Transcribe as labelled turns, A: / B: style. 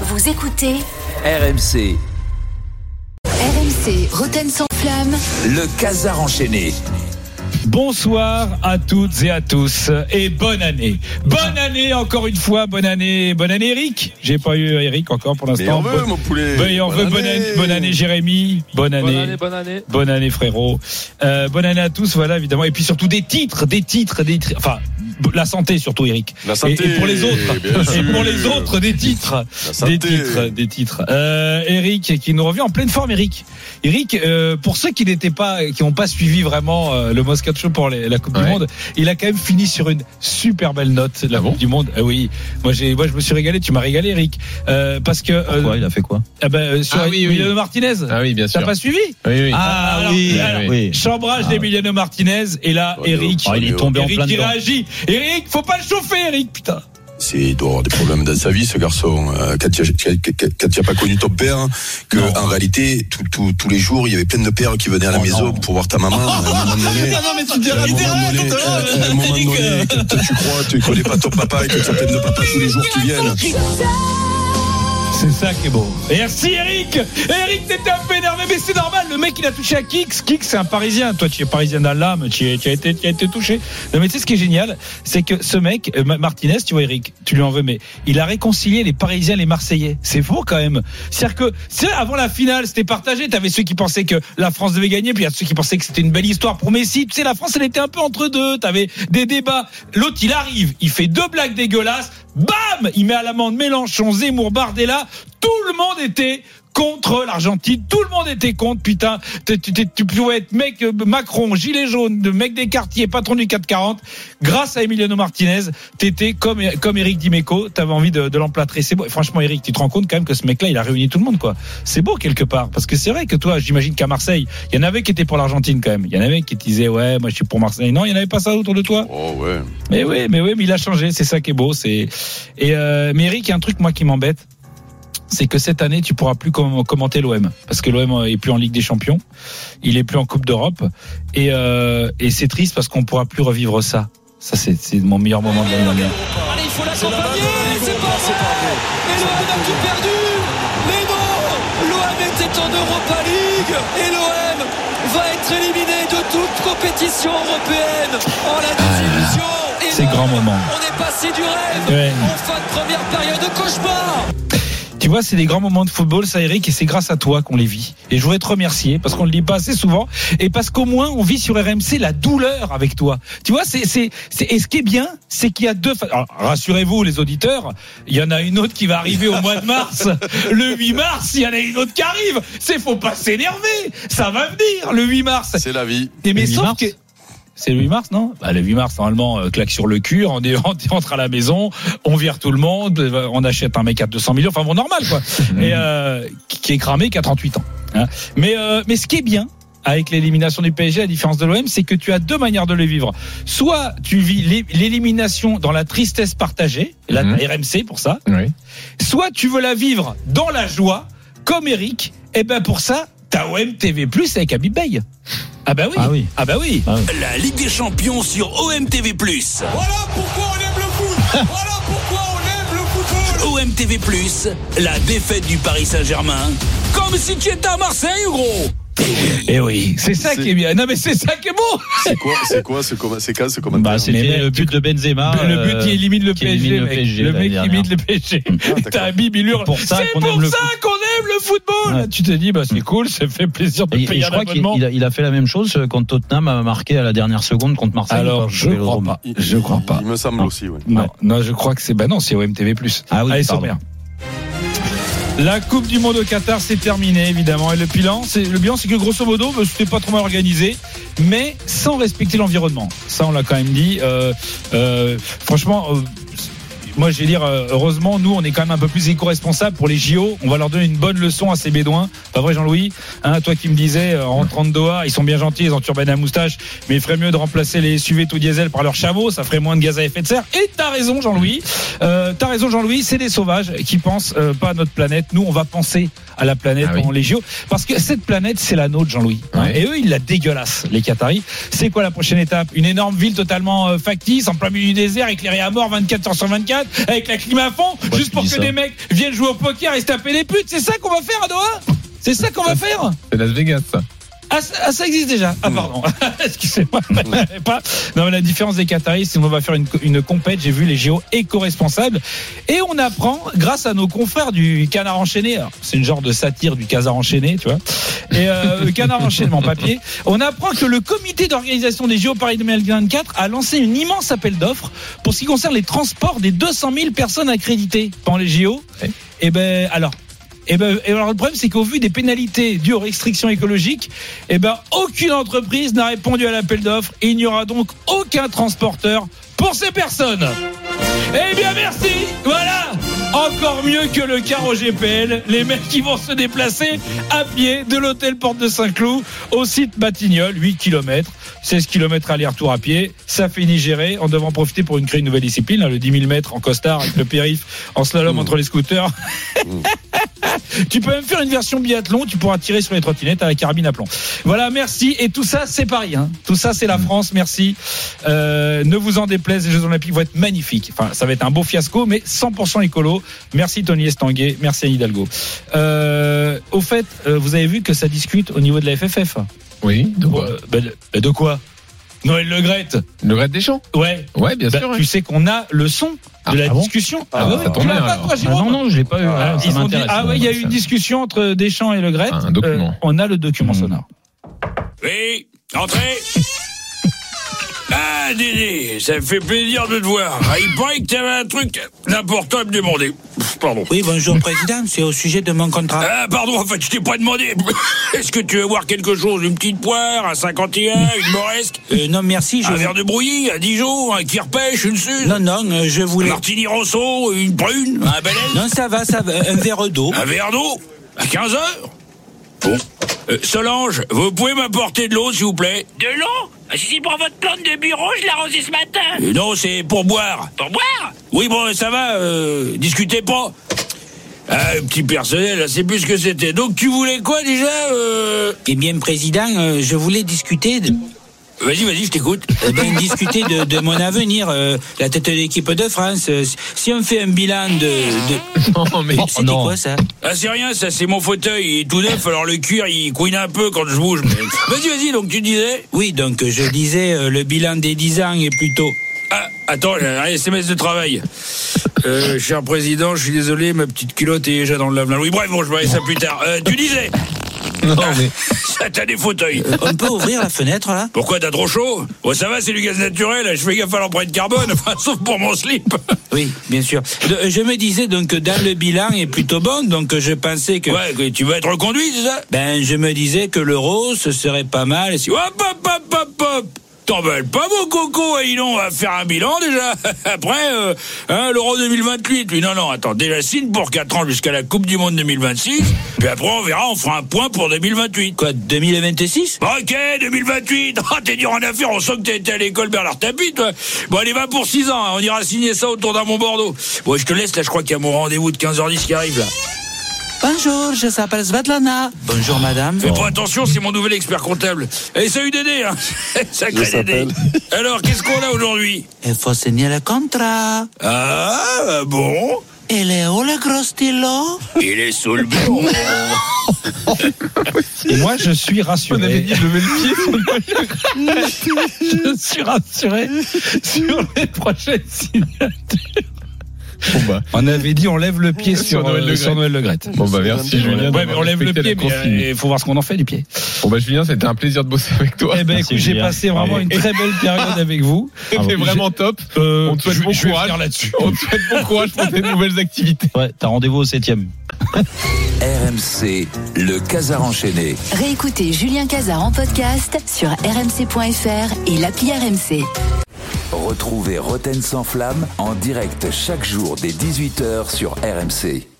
A: Vous écoutez
B: RMC,
A: RMC Roten sans flamme.
B: le casar enchaîné.
C: Bonsoir à toutes et à tous et bonne année. Bonne année encore une fois, bonne année, bonne année Eric. J'ai pas eu Eric encore pour l'instant.
D: Meilleur vœu,
C: Bonne-
D: mon poulet.
C: meilleur vœu, bonne année, bonne année Jérémy, bonne année. Bonne année, frérot. Euh, bonne année à tous, voilà évidemment. Et puis surtout des titres, des titres, des titres. Enfin, b- la santé surtout Eric.
D: La santé,
C: et, et pour les
D: bien
C: autres. Et
D: sûr.
C: pour les autres, des titres.
D: La
C: Des
D: santé.
C: titres, des titres. Euh, Eric qui nous revient en pleine forme, Eric. Eric, euh, pour ceux qui n'étaient pas, qui n'ont pas suivi vraiment euh, le Moscat Show pour les- la Coupe du
E: Ouais.
C: Monde, il a quand même fini sur une super belle note la
E: Ah
C: Coupe
E: bon
C: du Monde. Ah oui, moi j'ai, moi je me suis régalé. Tu m'as régalé, Eric, Euh, parce que euh,
E: Quoi, il a fait quoi
C: ah ben, euh, sur
E: Ah oui, oui.
C: Emiliano Martinez,
E: Ah oui, bien
C: t'as
E: sûr.
C: pas suivi
E: Oui, oui.
C: Ah, alors,
E: oui,
C: alors,
E: oui, oui.
C: Chambrage
E: Ah,
C: d'Emiliano Martinez et là
D: Oh,
C: Eric.
D: oh, il est
E: tombé en
C: Eric
E: plein
C: qui
E: dedans.
C: réagit. Eric, faut pas le chauffer, Eric, putain.
D: C'est, il doit avoir des problèmes dans sa vie, ce garçon. Euh, quand il n'y a pas connu ton père, hein, que, en réalité, tout- tout- tous les jours, il y avait plein de pères qui
C: Oh,
D: venaient à la maison pour voir ta maman. hein. à un moment donné,
C: mais tu
D: à un moment donné, à un moment donné, quand tu crois, tu connais pas ton papa et que tu as plein de papas tous les jours qui viennent.
C: C'est ça qui est beau. Merci Eric Eric, t'étais un peu énervé, mais c'est normal, le mec il a touché à Kix. Kix, c'est un parisien. Toi, tu es parisien dans l'âme, tu, es- tu as été, tu as été touché. Non, mais tu sais ce qui est génial, c'est que ce mec, euh, Ma- Martinez, tu vois Eric, tu lui en veux, mais il a réconcilié les parisiens et les marseillais. C'est faux quand même. C'est-à-dire que, c'est avant la finale, c'était partagé. T'avais ceux qui pensaient que la France devait gagner, puis il y a ceux qui pensaient que c'était une belle histoire pour Messi. Tu sais, la France, elle était un peu entre deux. T'avais des débats. L'autre, il arrive, il fait deux blagues dégueulasses. Bam Il met à l'amende Mélenchon, Zemmour, Bardella. Tout le monde était contre l'Argentine. Tout le monde était contre. Putain, tu, tu- tu- tu pouvais être mec euh, Macron, gilet jaune, de mec des quartiers, patron du 440. Grâce à Emiliano Martinez, t'étais comme comme Eric Dimeco. T'avais envie de, de l'emplâtrer. C'est beau. Et Franchement, Eric, tu te rends compte quand même que ce mec-là, il a réuni tout le monde, quoi. C'est beau quelque part, parce que c'est vrai que toi, j'imagine qu'à Marseille, il y en avait qui étaient pour l'Argentine quand même. Il y en avait qui disaient ouais, moi je suis pour Marseille. Non, il y en avait pas ça autour de toi.
D: Oh, ouais.
C: Mais oui, mais oui, mais il a changé, c'est ça qui est beau. C'est et euh, mais Eric, il y a un truc moi qui m'embête, c'est que cette année tu pourras plus com- commenter l'OM parce que l'OM est plus en Ligue des Champions, il est plus en Coupe d'Europe et euh, et c'est triste parce qu'on pourra plus revivre ça. Ça c'est c'est mon meilleur moment de l'année dernière.
F: Allez, il faut l'accompagner, c'est pas vrai Et l'OM a tout perdu Mais non L'OM était en Europa League Et l'OM va être éliminé de toute compétition européenne en la désillusion
C: Ah C'est
F: énorme.
C: grand moment.
F: On est passé du rêve
C: Ouais.
F: en fin de première période de cauchemar
C: Tu vois, c'est des grands moments de football, ça, Eric, et c'est grâce à toi qu'on les vit. Et je voudrais te remercier parce qu'on le dit pas assez souvent et parce qu'au moins on vit sur RMC la douleur avec toi. Tu vois, c'est c'est c'est et ce qui est bien, c'est qu'il y a deux. fa- Alors, rassurez-vous, les auditeurs, il y en a une autre qui va arriver au mois de mars, le 8 mars. Il y en a une autre qui arrive. C'est faut pas s'énerver, ça va venir le 8 mars.
D: C'est la vie.
C: Et mais
E: Le 8
C: sauf
E: mars
C: que. C'est le 8 mars, non bah, Le 8 mars, normalement, euh, claque sur le cul, on, est, on rentre à la maison, on vire tout le monde, euh, on achète un mec à 200 millions, enfin bon, normal, quoi. Et euh, qui qui est cramé, qui a 38 ans. hein. Mais, euh, mais ce qui est bien avec l'élimination du PSG, à la différence de l'OM, c'est que tu as deux manières de le vivre. Soit tu vis l'é- l'élimination dans la tristesse partagée, la
E: Mhm.
C: RMC pour ça,
E: Oui.
C: soit tu veux la vivre dans la joie, comme Eric, et ben pour ça, t'as OMTV Plus avec Habib Bey. Ah bah oui.
E: Ah oui.
C: Ah bah oui.
B: La Ligue des Champions sur OMTV+.
F: Voilà pourquoi on aime le foot Voilà pourquoi on aime le football
B: OMTV+, la défaite du Paris Saint-Germain, comme si tu étais à Marseille, gros
C: Et Eh oui. C'est ça
D: C'est-
C: qui est bien. Non mais c'est ça qui est beau.
D: C'est quoi, c'est quoi, c'est comment, c'est quand, c'est comment
E: Bah,
C: Mais
E: c'était le but de Benzema.
C: le but qui
E: euh,
C: élimine le
E: qui
C: PSG,
E: élimine le
C: mec.
E: PSG
C: le
E: l'année
C: mec qui imite
E: dernière.
C: le PSG.
D: Ah, d'accord.
C: T'as un bibulure.
E: C'est pour ça
C: C'est
E: qu'on
C: pour
E: aime le
C: ça qu'on aime le football.
E: Ouais.
C: Tu te dis bah c'est cool, ça fait plaisir de
E: Et, et
C: payer
E: je
C: un
E: crois qu'il
C: abonnement.
E: il a, il a fait la même chose quand Tottenham a marqué à la dernière seconde contre Marseille.
C: Alors
E: Contre
C: je crois
E: Vélodrome.
C: pas. Je crois pas.
D: Il me semble aussi, oui.
C: Non, non, je crois que c'est bah non, c'est OMTV+.
E: Ah oui,
C: Allez,
E: pardon.
C: sommaire. La Coupe du Monde au Qatar c'est terminé évidemment et le bilan c'est le bilan c'est que grosso modo bah, c'était pas trop mal organisé mais sans respecter l'environnement ça on l'a quand même dit Euh, euh, franchement euh, moi je vais dire euh, heureusement nous on est quand même un peu plus éco-responsable pour les JO on va leur donner une bonne leçon à ces bédouins pas vrai Jean-Louis hein, toi qui me disais euh, en rentrant de Doha ils sont bien gentils ils ont turbane à moustache mais il ferait mieux de remplacer les SUV tout diesel par leurs chameaux ça ferait moins de gaz à effet de serre et t'as raison Jean-Louis euh, t'as raison Jean-Louis c'est des sauvages qui pensent euh, pas à notre planète nous on va penser à la planète
E: Ah oui.
C: pendant les JO parce que cette planète c'est la nôtre Jean-Louis hein.
E: Ouais.
C: et eux ils la dégueulassent les Qataris c'est quoi la prochaine étape une énorme ville totalement euh, factice en plein milieu du désert éclairée à mort 24 heures sur 24 boîte avec la clim à fond,
E: Pourquoi
C: juste
E: tu
C: pour que
E: dis ça
C: des mecs viennent jouer au poker et se taper les putes. C'est ça qu'on va faire à Doha C'est ça qu'on va faire
G: C'est Las Vegas, ça.
C: ah, ça- ah, ça existe déjà. Ah, pardon. Excusez-moi. je savais pas. Non, mais la différence des Qataris, c'est qu'on va faire une, co- une compète. J'ai vu les JO éco-responsables. Et on apprend, grâce à nos confrères du Canard Enchaîné, alors, c'est une genre de satire du Casar Enchaîné, tu vois. Et euh, le Canard Enchaînement papier, on apprend que le comité d'organisation des JO Paris 2024 a lancé une immense appel d'offres pour ce qui concerne les transports des 200 000 personnes accréditées pendant les JO. Et ben, alors. Et ben, et alors le problème, c'est qu'au vu des pénalités dues aux restrictions écologiques, eh ben, aucune entreprise n'a répondu à l'appel d'offres. Il n'y aura donc aucun transporteur pour ces personnes. Eh bien, merci. Voilà. Encore mieux que le car au GPL. Les mecs qui vont se déplacer à pied de l'hôtel Porte de Saint-Cloud au site Batignolles, 8 km, 16 km aller-retour à pied. Ça fait Nigéré. On devrait en profiter pour une créer une nouvelle discipline, hein, le 10 000 mètres en costard avec le périph, en slalom entre les scooters. Tu peux même faire une version biathlon, tu pourras tirer sur les trottinettes à la carabine à plomb. Voilà, merci. Et tout ça, c'est Paris. Hein. Tout ça, c'est la
G: Mm.
C: France. Merci. Euh, ne vous en déplaise, les Jeux Olympiques vont être magnifiques. Enfin, ça va être un beau fiasco, mais 100% écolo. Merci Tony Estanguet, merci Anne Hidalgo. Euh, au fait, euh, vous avez vu que ça discute au niveau de la FFF.
G: Oui, donc,
C: hein. Euh, bah, de- de quoi Noël Le Grette.
G: le Red des Champs.
C: Ouais.
G: Ouais, bien
C: Bah,
G: sûr.
C: tu sais qu'on a le son de
G: Ah,
C: la
G: ah bon
C: discussion.
G: Ah,
C: bah
G: ça
C: oui.
G: tombe
C: Tu l'as
G: bien,
C: pas,
G: alors.
C: toi,
E: Ah
C: Jérôme
E: non, non, je l'ai pas eu.
G: Ah,
E: Ah, ça
C: ils ont dit,
E: m'intéresse,
C: ah ouais,
E: ouais,
C: il y a
E: ça.
C: eu une discussion entre Deschamps et Le Gret. Euh,
G: Ah, un document.
C: on a le document
E: Hmm.
C: sonore.
B: Oui, entrez. Ah, Dédé, ça me fait plaisir de te voir. Ah, Il paraît que t'avais un truc important à me demander. Pff, Pardon.
H: Oui, bonjour président, c'est au sujet de mon contrat.
B: Ah, pardon, en fait, je t'ai pas demandé. Est-ce que tu veux voir quelque chose Une petite poire, un 51, une moresque,
H: Euh, non, merci,
C: Ah,
H: je...
B: un verre de brouillis, un Dijon, un kirpèche, une suze,
H: Non, non, euh, je
B: un
H: voulais...
B: martini rosso, une brune, un baleine,
H: Non, ça va, ça va, un verre d'eau.
B: un verre d'eau, à 15 heures. Bon. Euh, Solange, vous pouvez m'apporter de l'eau, s'il vous plaît
I: De l'eau Ah, Si pour votre plante de bureau, je l'ai arrosée ce matin.
B: Euh, Non, c'est pour boire.
I: Pour boire
B: Oui, bon, ça va, euh, discutez pas. Ah, petit personnel, là, c'est plus ce que c'était. Donc, tu voulais quoi déjà euh...
H: Eh bien, président, euh, je voulais discuter de...
B: Vas-y, vas-y, je t'écoute.
H: eh bien, discuter de, de mon avenir, euh, la tête de l'équipe de France. Euh, si on fait un bilan de... de...
G: Non, mais
E: Oh,
H: C'était quoi, ça
B: Ah, c'est rien, ça, c'est mon fauteuil, il est tout neuf, alors le cuir, il couine un peu quand je bouge. mais- Vas-y, vas-y, donc tu disais.
H: Oui, donc, euh, je disais, euh, le bilan des 10 ans est plutôt...
B: Ah, attends, j'ai un SMS de travail. Euh, cher président, je suis désolé, ma petite culotte est déjà dans le lave-linge. Oui, bref, bon, je verrai ça plus tard. Euh, tu disais, Ah,
G: non, mais
B: ça, t'as des fauteuils.
H: On peut ouvrir la fenêtre, là
B: Pourquoi t'as trop chaud Oh, ça va, c'est du gaz naturel, je fais gaffe à l'empreinte carbone, enfin, sauf pour mon slip.
H: Oui, bien sûr. De- euh, je me disais, donc, que dans le bilan est plutôt bon, donc euh, je pensais que...
B: Ouais, que tu vas être reconduit, c'est ça
H: Ben, je me disais que l'euro, ce serait pas mal. Si...
B: Hop, hop, hop, hop, hop T'emballes pas mon coco, et on va faire un bilan déjà. Après, euh, hein, l'Euro 2028, lui, non, non, attends, déjà signe pour 4 ans jusqu'à la Coupe du Monde 2026, puis après on verra, on fera un point pour 2028.
H: Quoi, 2026
B: Bon, Ok, 2028, Ah, t'es dur en affaires, on sent que t'as été à l'école Bernard Tapie, toi. Bon, allez, va pour 6 ans, hein, on ira signer ça autour d'un Mont-Bordeaux. Bon, je te laisse, là, je crois qu'il y a mon rendez-vous de 15h10 qui arrive, là.
H: Bonjour, je s'appelle Svetlana. Bonjour, madame.
B: Fais pas attention, c'est mon nouvel expert comptable. Et salut Dédé, hein Sacré
D: Je
B: Dédé
D: s'appelle.
B: Alors, qu'est-ce qu'on a aujourd'hui
H: Il faut signer le contrat.
B: Ah, bah bon
H: Il est où le gros stylo
B: Il est sous le bureau.
C: Et moi, je suis rassuré.
G: on avait dit de lever le pied.
C: je suis rassuré sur les prochaines signatures.
G: Bon, bah,
C: On avait dit on lève le pied sur,
G: Noël Le
C: euh, sur
G: Graët.
C: Noël Le Graët.
G: bon, bah, merci, Julien.
C: Ouais, mais
G: d'avoir
C: on lève le
G: respecté
C: pied,
G: la
C: mais
G: consigne.
C: euh, il faut voir ce qu'on en fait du pied.
G: Bon, bah, Julien, c'était un plaisir de bosser avec toi.
C: Eh ben,
E: Merci,
C: écoute, j'ai
E: Julien.
C: passé vraiment
E: Et-
C: une très belle période avec vous.
G: C'était vraiment top.
C: Euh,
G: On te souhaite
C: je-
G: bon
C: je vais
G: courage.
C: finir là-dessus.
G: On te souhaite bon courage pour tes nouvelles activités.
E: Ouais, t'as rendez-vous au 7ème.
J: RMC, le Casar enchaîné.
A: Réécoutez Julien Cazard en podcast sur rmc.fr et l'appli RMC.
J: Retrouvez Roten sans flamme en direct chaque jour dès 18h sur RMC.